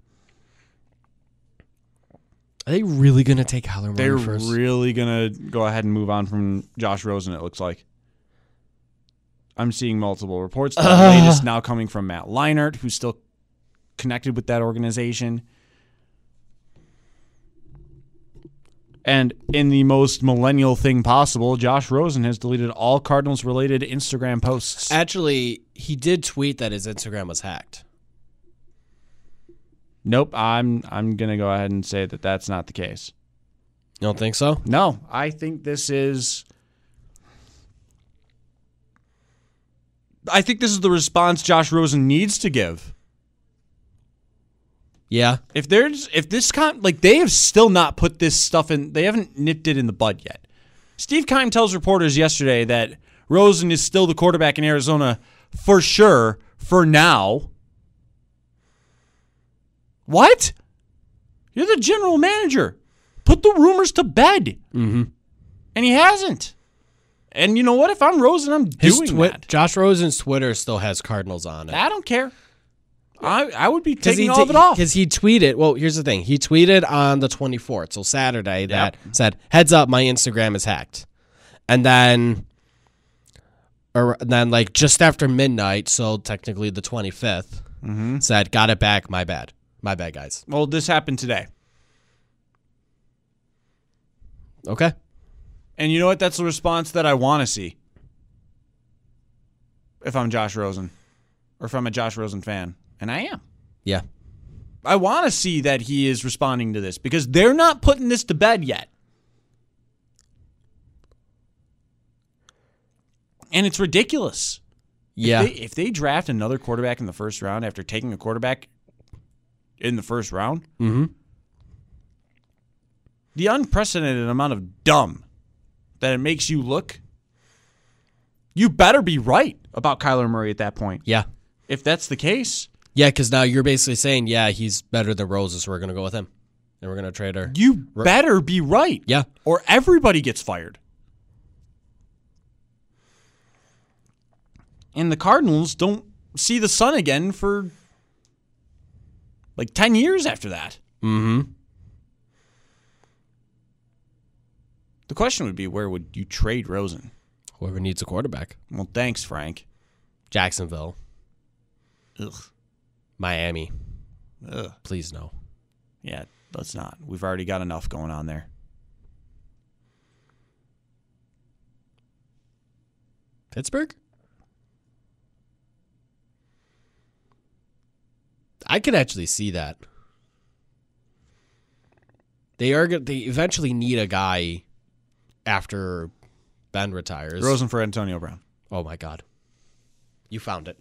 Speaker 3: Are they really gonna take Kyler Murray
Speaker 2: They're
Speaker 3: first?
Speaker 2: really gonna go ahead and move on from Josh Rosen. It looks like. I'm seeing multiple reports. The
Speaker 3: Ugh.
Speaker 2: latest now coming from Matt Leinart, who's still connected with that organization. And in the most millennial thing possible, Josh Rosen has deleted all Cardinals related Instagram posts.
Speaker 3: Actually, he did tweet that his Instagram was hacked.
Speaker 2: Nope, I'm I'm gonna go ahead and say that that's not the case.
Speaker 3: You don't think so?
Speaker 2: No, I think this is. I think this is the response Josh Rosen needs to give.
Speaker 3: Yeah.
Speaker 2: If there's if this con like they have still not put this stuff in, they haven't nipped it in the bud yet. Steve Keim tells reporters yesterday that Rosen is still the quarterback in Arizona for sure for now. What? You're the general manager. Put the rumors to bed. Mm-hmm. And he hasn't. And you know what? If I'm Rosen, I'm
Speaker 3: His
Speaker 2: doing
Speaker 3: twi-
Speaker 2: that.
Speaker 3: Josh Rosen's Twitter still has Cardinals on it.
Speaker 2: I don't care. I I would be
Speaker 3: Because
Speaker 2: taking all of it off.
Speaker 3: Because he tweeted. Well, here's the thing. He tweeted on the 24th, so Saturday, that said, "Heads up, my Instagram is hacked," and then, or and then like just after midnight, so technically the 25th,
Speaker 2: Mm-hmm.
Speaker 3: said, "Got it back. My bad. My bad, guys."
Speaker 2: Well, this happened today,
Speaker 3: Okay.
Speaker 2: and you know what? That's the response that I want to see. If I'm Josh Rosen, or if I'm a Josh Rosen fan, and I am,
Speaker 3: Yeah.
Speaker 2: I want to see that he is responding to this because they're not putting this to bed yet. And it's ridiculous.
Speaker 3: Yeah.
Speaker 2: They, if they draft another quarterback in the first round after taking a quarterback in the first round,
Speaker 3: Mhm.
Speaker 2: the unprecedented amount of dumb that it makes you look, you better be right about Kyler Murray at that point.
Speaker 3: yeah.
Speaker 2: If that's the case,
Speaker 3: Yeah. Because now you're basically saying, "Yeah, he's better than Roses. so we're gonna go with him, and we're gonna trade her."
Speaker 2: you better be right.
Speaker 3: Yeah.
Speaker 2: Or everybody gets fired. And the Cardinals don't see the sun again for like 10 years after that.
Speaker 3: Mm-hmm.
Speaker 2: The question would be where would you trade Rosen?
Speaker 3: Whoever needs a quarterback,
Speaker 2: Well, thanks, Frank.
Speaker 3: Jacksonville,
Speaker 2: Ugh.
Speaker 3: Miami.
Speaker 2: Ugh.
Speaker 3: Please no.
Speaker 2: Yeah, let's not. We've already got enough going on there.
Speaker 3: Pittsburgh? I could actually see that. They are go- they eventually need a guy after Ben retires.
Speaker 2: Rosen for Antonio Brown.
Speaker 3: Oh my god. You found it.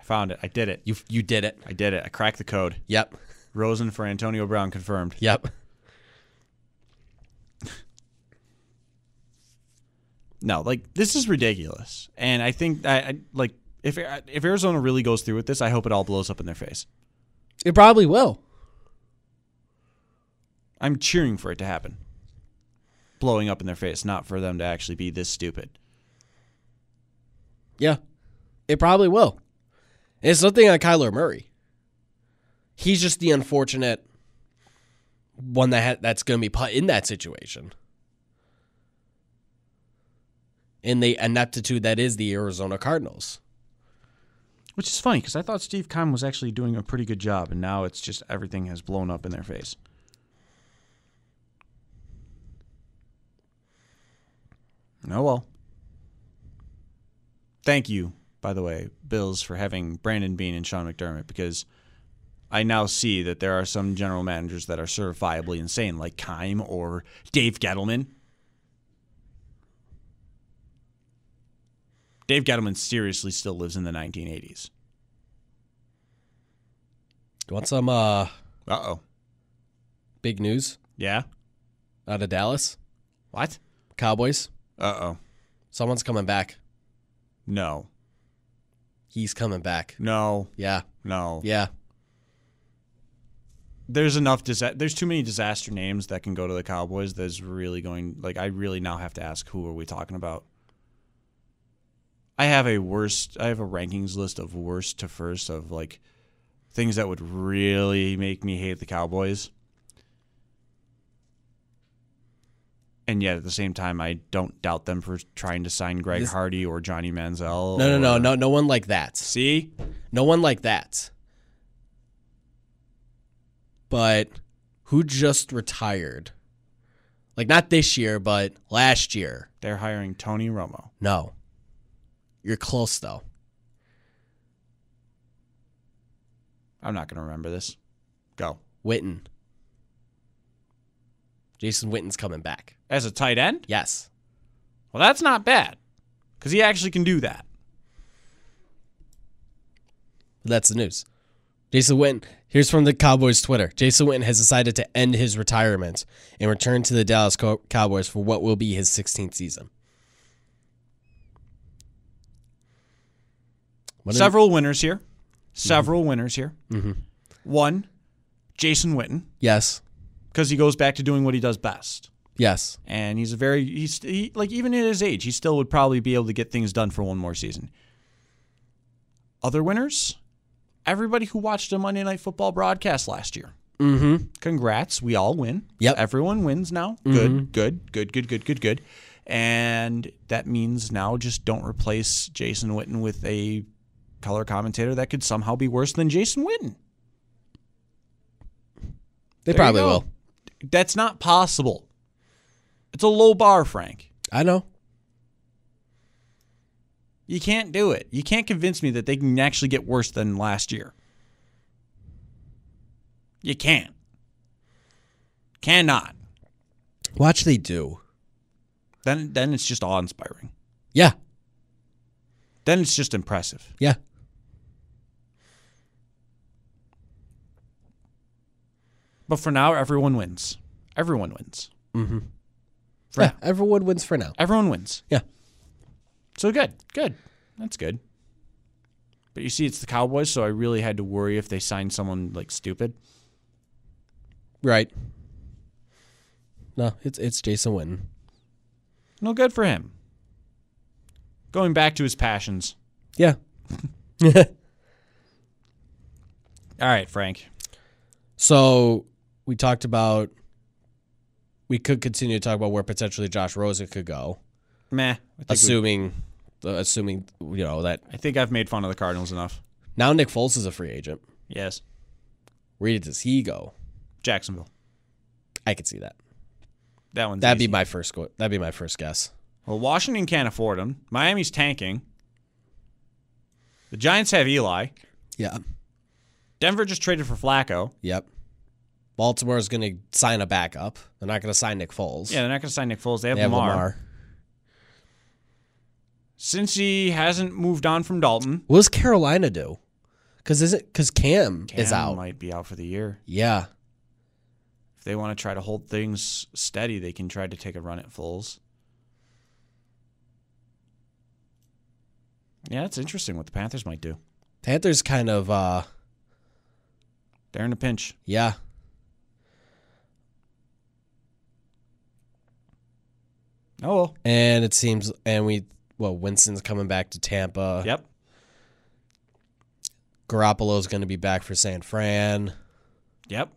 Speaker 2: I found it. I did it.
Speaker 3: You you did it.
Speaker 2: I did it. I cracked the code.
Speaker 3: Yep.
Speaker 2: Rosen for Antonio Brown confirmed.
Speaker 3: Yep.
Speaker 2: No, like this is ridiculous. And I think I, I like if if Arizona really goes through with this, I hope it all blows up in their face.
Speaker 3: It probably will.
Speaker 2: I'm cheering for it to happen. Blowing up in their face, not for them to actually be this stupid.
Speaker 3: Yeah. It probably will. And it's nothing on Kyler Murray. He's just the unfortunate one that ha- that's going to be put in that situation. In the ineptitude that is the Arizona Cardinals.
Speaker 2: Which is funny because I thought Steve Kime was actually doing a pretty good job, and now it's just everything has blown up in their face. Oh well. Thank you, by the way, Bills, for having Brandon Bean and Sean McDermott because I now see that there are some general managers that are certifiably insane, like Kime or Dave Gettleman. Dave Gettleman seriously still lives in the 1980s.
Speaker 3: You want some uh,
Speaker 2: Uh oh.
Speaker 3: big news
Speaker 2: Yeah?
Speaker 3: out of Dallas?
Speaker 2: What?
Speaker 3: Cowboys?
Speaker 2: Uh oh.
Speaker 3: Someone's coming back.
Speaker 2: No.
Speaker 3: He's coming back.
Speaker 2: No.
Speaker 3: Yeah.
Speaker 2: No.
Speaker 3: Yeah.
Speaker 2: There's enough disa- there's too many disaster names that can go to the Cowboys that's really going like I really now have to ask who are we talking about? I have a worst I have a rankings list of worst to first of like things that would really make me hate the Cowboys. And yet at the same time I don't doubt them for trying to sign Greg
Speaker 3: This-
Speaker 2: Hardy or Johnny Manziel.
Speaker 3: No, no, no,
Speaker 2: or-
Speaker 3: no, no one like that.
Speaker 2: See?
Speaker 3: No one like that. But who just retired? Like not this year, but last year.
Speaker 2: They're hiring Tony Romo.
Speaker 3: No. You're close though.
Speaker 2: I'm not going to remember this. Go.
Speaker 3: Witten. Jason Witten's coming back.
Speaker 2: As a tight end?
Speaker 3: Yes.
Speaker 2: Well, that's not bad because he actually can do that.
Speaker 3: That's the news. Jason Witten. Here's from the Cowboys Twitter. Jason Witten has decided to end his retirement and return to the Dallas Cow- Cowboys for what will be his 16th season. What an-
Speaker 2: Several winners here. Several winners here. One, Jason Witten,
Speaker 3: yes.
Speaker 2: because he goes back to doing what he does best.
Speaker 3: Yes.
Speaker 2: And he's a very, he's he, like, even at his age, he still would probably be able to get things done for one more season. Other winners? everybody who watched a Monday Night Football broadcast last year.
Speaker 3: Mm-hmm.
Speaker 2: Congrats, we all win.
Speaker 3: Yep. Mm-hmm.
Speaker 2: Everyone wins now. Good, good, good, good, good, good, good. And that means now just don't replace Jason Witten with a color commentator that could somehow be worse than Jason Witten.
Speaker 3: They
Speaker 2: There you
Speaker 3: probably
Speaker 2: go.
Speaker 3: will.
Speaker 2: That's not possible. It's a low bar, Frank.
Speaker 3: I know.
Speaker 2: You can't do it. You can't convince me that they can actually get worse than last year. You can't. Cannot.
Speaker 3: Watch they do.
Speaker 2: Then then it's just awe inspiring.
Speaker 3: Yeah.
Speaker 2: Then it's just impressive.
Speaker 3: Yeah.
Speaker 2: But for now, everyone wins. Everyone wins.
Speaker 3: Mhm.
Speaker 2: For
Speaker 3: yeah.
Speaker 2: now.
Speaker 3: Everyone wins for now.
Speaker 2: Everyone wins.
Speaker 3: Yeah.
Speaker 2: So good. Good. That's good. But you see, it's the Cowboys, so I really had to worry if they signed someone like stupid.
Speaker 3: Right. No, it's it's Jason Witten.
Speaker 2: No good for him. Going back to his passions.
Speaker 3: Yeah.
Speaker 2: All right, Frank.
Speaker 3: So we talked about we could continue to talk about where potentially Josh Rosen could go,
Speaker 2: Meh. I think, we-
Speaker 3: assuming uh, assuming you know that
Speaker 2: I think I've made fun of the Cardinals enough.
Speaker 3: now Nick Foles is a free agent.
Speaker 2: Yes.
Speaker 3: Where does he go?
Speaker 2: Jacksonville.
Speaker 3: I could see that.
Speaker 2: That one's
Speaker 3: That'd
Speaker 2: easy.
Speaker 3: be my first go- that'd be my first guess.
Speaker 2: Well, Washington can't afford him. Miami's tanking. The Giants have Eli.
Speaker 3: Yeah.
Speaker 2: Denver just traded for Flacco.
Speaker 3: Yep. Baltimore's going to sign a backup. They're not going to sign Nick Foles.
Speaker 2: Yeah, they're not going to sign Nick Foles. They have,
Speaker 3: They have
Speaker 2: Lamar.
Speaker 3: Lamar.
Speaker 2: Since he hasn't moved on from Dalton,
Speaker 3: What does Carolina do? Because is it because Cam, is
Speaker 2: Cam
Speaker 3: out?
Speaker 2: Might be out for the year.
Speaker 3: Yeah.
Speaker 2: If they want to try to hold things steady, they can try to take a run at Foles. Yeah, it's interesting what the Panthers might do.
Speaker 3: Panthers kind of uh
Speaker 2: They're in a pinch.
Speaker 3: yeah.
Speaker 2: Oh well.
Speaker 3: And it seems and we well Winston's coming back to Tampa.
Speaker 2: Yep.
Speaker 3: Garoppolo's going to be back for San Fran.
Speaker 2: Yep.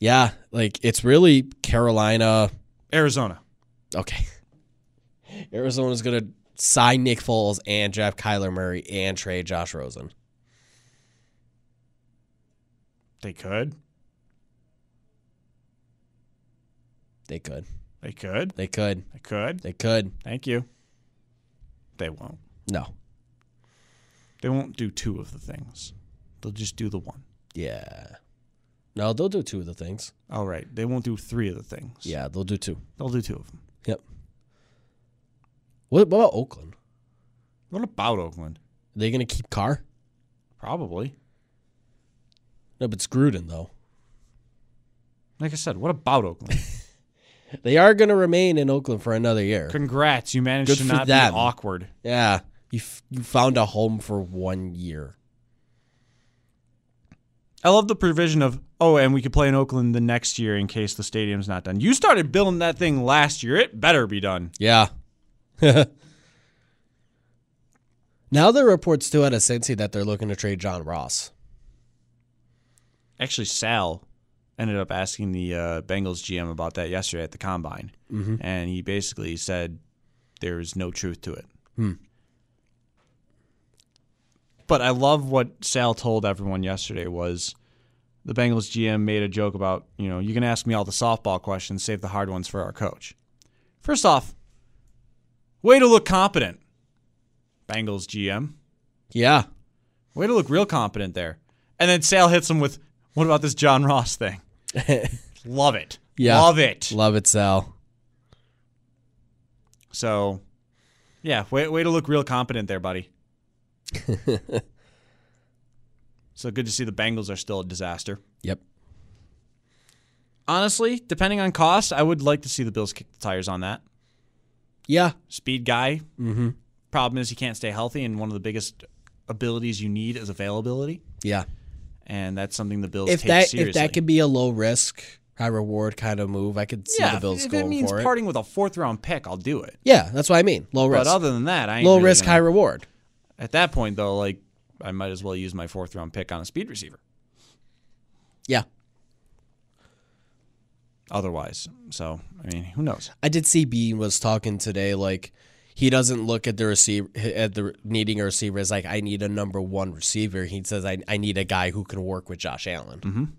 Speaker 3: Yeah, like it's really Carolina.
Speaker 2: Arizona.
Speaker 3: Okay. Arizona's going to sign Nick Foles and draft Kyler Murray and trade Josh Rosen.
Speaker 2: They could.
Speaker 3: They could.
Speaker 2: They could.
Speaker 3: They could.
Speaker 2: They could.
Speaker 3: They could.
Speaker 2: Thank you. They won't.
Speaker 3: No.
Speaker 2: They won't do two of the things. They'll just do the one.
Speaker 3: Yeah. No, they'll do two of the things.
Speaker 2: All right. They won't do three of the things.
Speaker 3: Yeah, they'll do two.
Speaker 2: They'll do two of them.
Speaker 3: Yep. What, what about Oakland?
Speaker 2: What about Oakland?
Speaker 3: Are they going to keep Carr?
Speaker 2: Probably.
Speaker 3: No, but it's Gruden, though.
Speaker 2: Like I said, what about Oakland?
Speaker 3: They are going to remain in Oakland for another year.
Speaker 2: Congrats, you managed
Speaker 3: Good
Speaker 2: to
Speaker 3: for
Speaker 2: not
Speaker 3: them.
Speaker 2: be awkward.
Speaker 3: Yeah. You, f- you found a home for one year.
Speaker 2: I love the provision of oh, and we could play in Oakland the next year in case the stadium's not done. You started building that thing last year; it better be done.
Speaker 3: Yeah. now there are reports, too, out of Cincy that they're looking to trade John Ross.
Speaker 2: Actually, Sal ended up asking the uh, Bengals GM about that yesterday at the combine, and he basically said there is no truth to it. But I love what Sal told everyone yesterday was the Bengals GM made a joke about you know you can ask me all the softball questions, save the hard ones for our coach. First off, way to look competent, Bengals GM.
Speaker 3: Yeah.
Speaker 2: Way to look real competent there. And then Sale hits him with, "What about this John Ross thing?" Love it.
Speaker 3: Yeah.
Speaker 2: Love it.
Speaker 3: Love it, Sal.
Speaker 2: So, yeah, way way to look real competent there, buddy. so good to see the Bengals are still a disaster.
Speaker 3: Yep.
Speaker 2: Honestly, depending on cost, I would like to see the Bills kick the tires on that.
Speaker 3: Yeah.
Speaker 2: Speed guy. Mm-hmm. Problem is he can't stay healthy, and one of the biggest abilities you need is availability,
Speaker 3: Yeah.
Speaker 2: and that's something the Bills
Speaker 3: if
Speaker 2: take
Speaker 3: that
Speaker 2: seriously.
Speaker 3: if that could be a low risk, high reward kind of move, I could see
Speaker 2: yeah,
Speaker 3: the Bills
Speaker 2: if
Speaker 3: going
Speaker 2: it means
Speaker 3: for it.
Speaker 2: parting with a fourth round pick, I'll do it.
Speaker 3: Yeah, that's what I mean. Low risk,
Speaker 2: But other than that, I ain't
Speaker 3: low
Speaker 2: really
Speaker 3: risk,
Speaker 2: gonna-
Speaker 3: high reward.
Speaker 2: At that point, though, like I might as well use my fourth round pick on a speed receiver.
Speaker 3: Yeah.
Speaker 2: Otherwise, so I mean, who knows?
Speaker 3: I did see Bean was talking today. Like he doesn't look at the receiver at the needing a receiver as like I need a number one receiver. He says I I need a guy who can work with Josh Allen.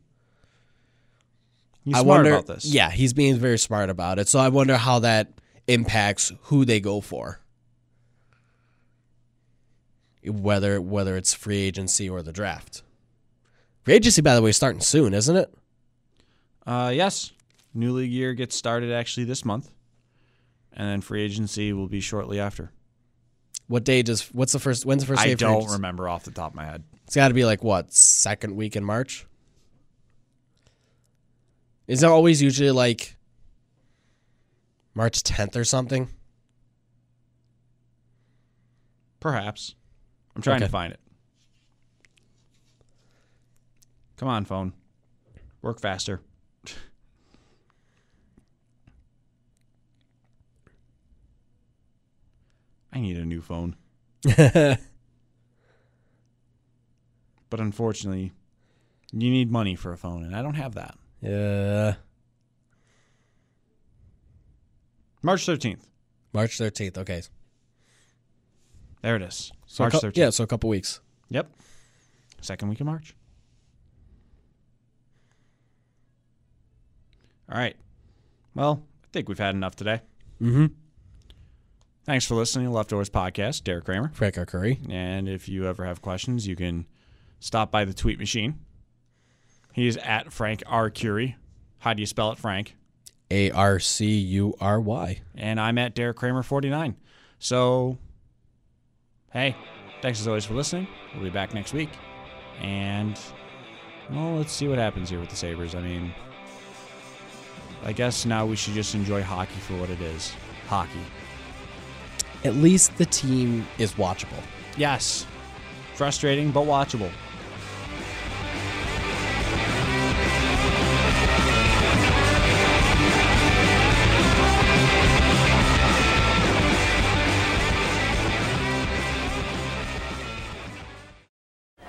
Speaker 2: He's
Speaker 3: I
Speaker 2: smart
Speaker 3: wonder.
Speaker 2: about this.
Speaker 3: Yeah, he's being very smart about it. So I wonder how that impacts who they go for. Whether whether it's free agency or the draft. Free agency, by the way, is starting soon, isn't it?
Speaker 2: Uh, yes, new league year gets started actually this month, and then free agency will be shortly after.
Speaker 3: What day does what's the first when's the first day
Speaker 2: I
Speaker 3: of free
Speaker 2: don't
Speaker 3: agency?
Speaker 2: remember off the top of my head.
Speaker 3: It's got to be like what second week in March. Is it always usually like March 10th or something?
Speaker 2: Perhaps. I'm trying to
Speaker 3: Okay.
Speaker 2: find it. Come on, phone. Work faster. I need a new phone. But unfortunately, you need money for a phone, and I don't have that.
Speaker 3: yeah,
Speaker 2: March 13th.
Speaker 3: March 13th. Okay,
Speaker 2: There it is.
Speaker 3: so a
Speaker 2: March
Speaker 3: cou-
Speaker 2: 13th.
Speaker 3: Yeah, so a couple weeks.
Speaker 2: Yep. Second week of March. All right. Well, I think we've had enough today.
Speaker 3: Mm-hmm.
Speaker 2: Thanks for listening to Leftovers Podcast, Derek Kramer.
Speaker 3: Frank R. Curry.
Speaker 2: And if you ever have questions, you can stop by the tweet machine. He is at Frank R. Curie. How do you spell it, Frank?
Speaker 3: A R C U R Y.
Speaker 2: And I'm at Derek Kramer 49. So, hey, thanks as always for listening. We'll be back next week. And, well, let's see what happens here with the Sabres. I mean, I guess now we should just enjoy hockey for what it is hockey.
Speaker 3: At least the team is watchable.
Speaker 2: Yes, frustrating, but watchable.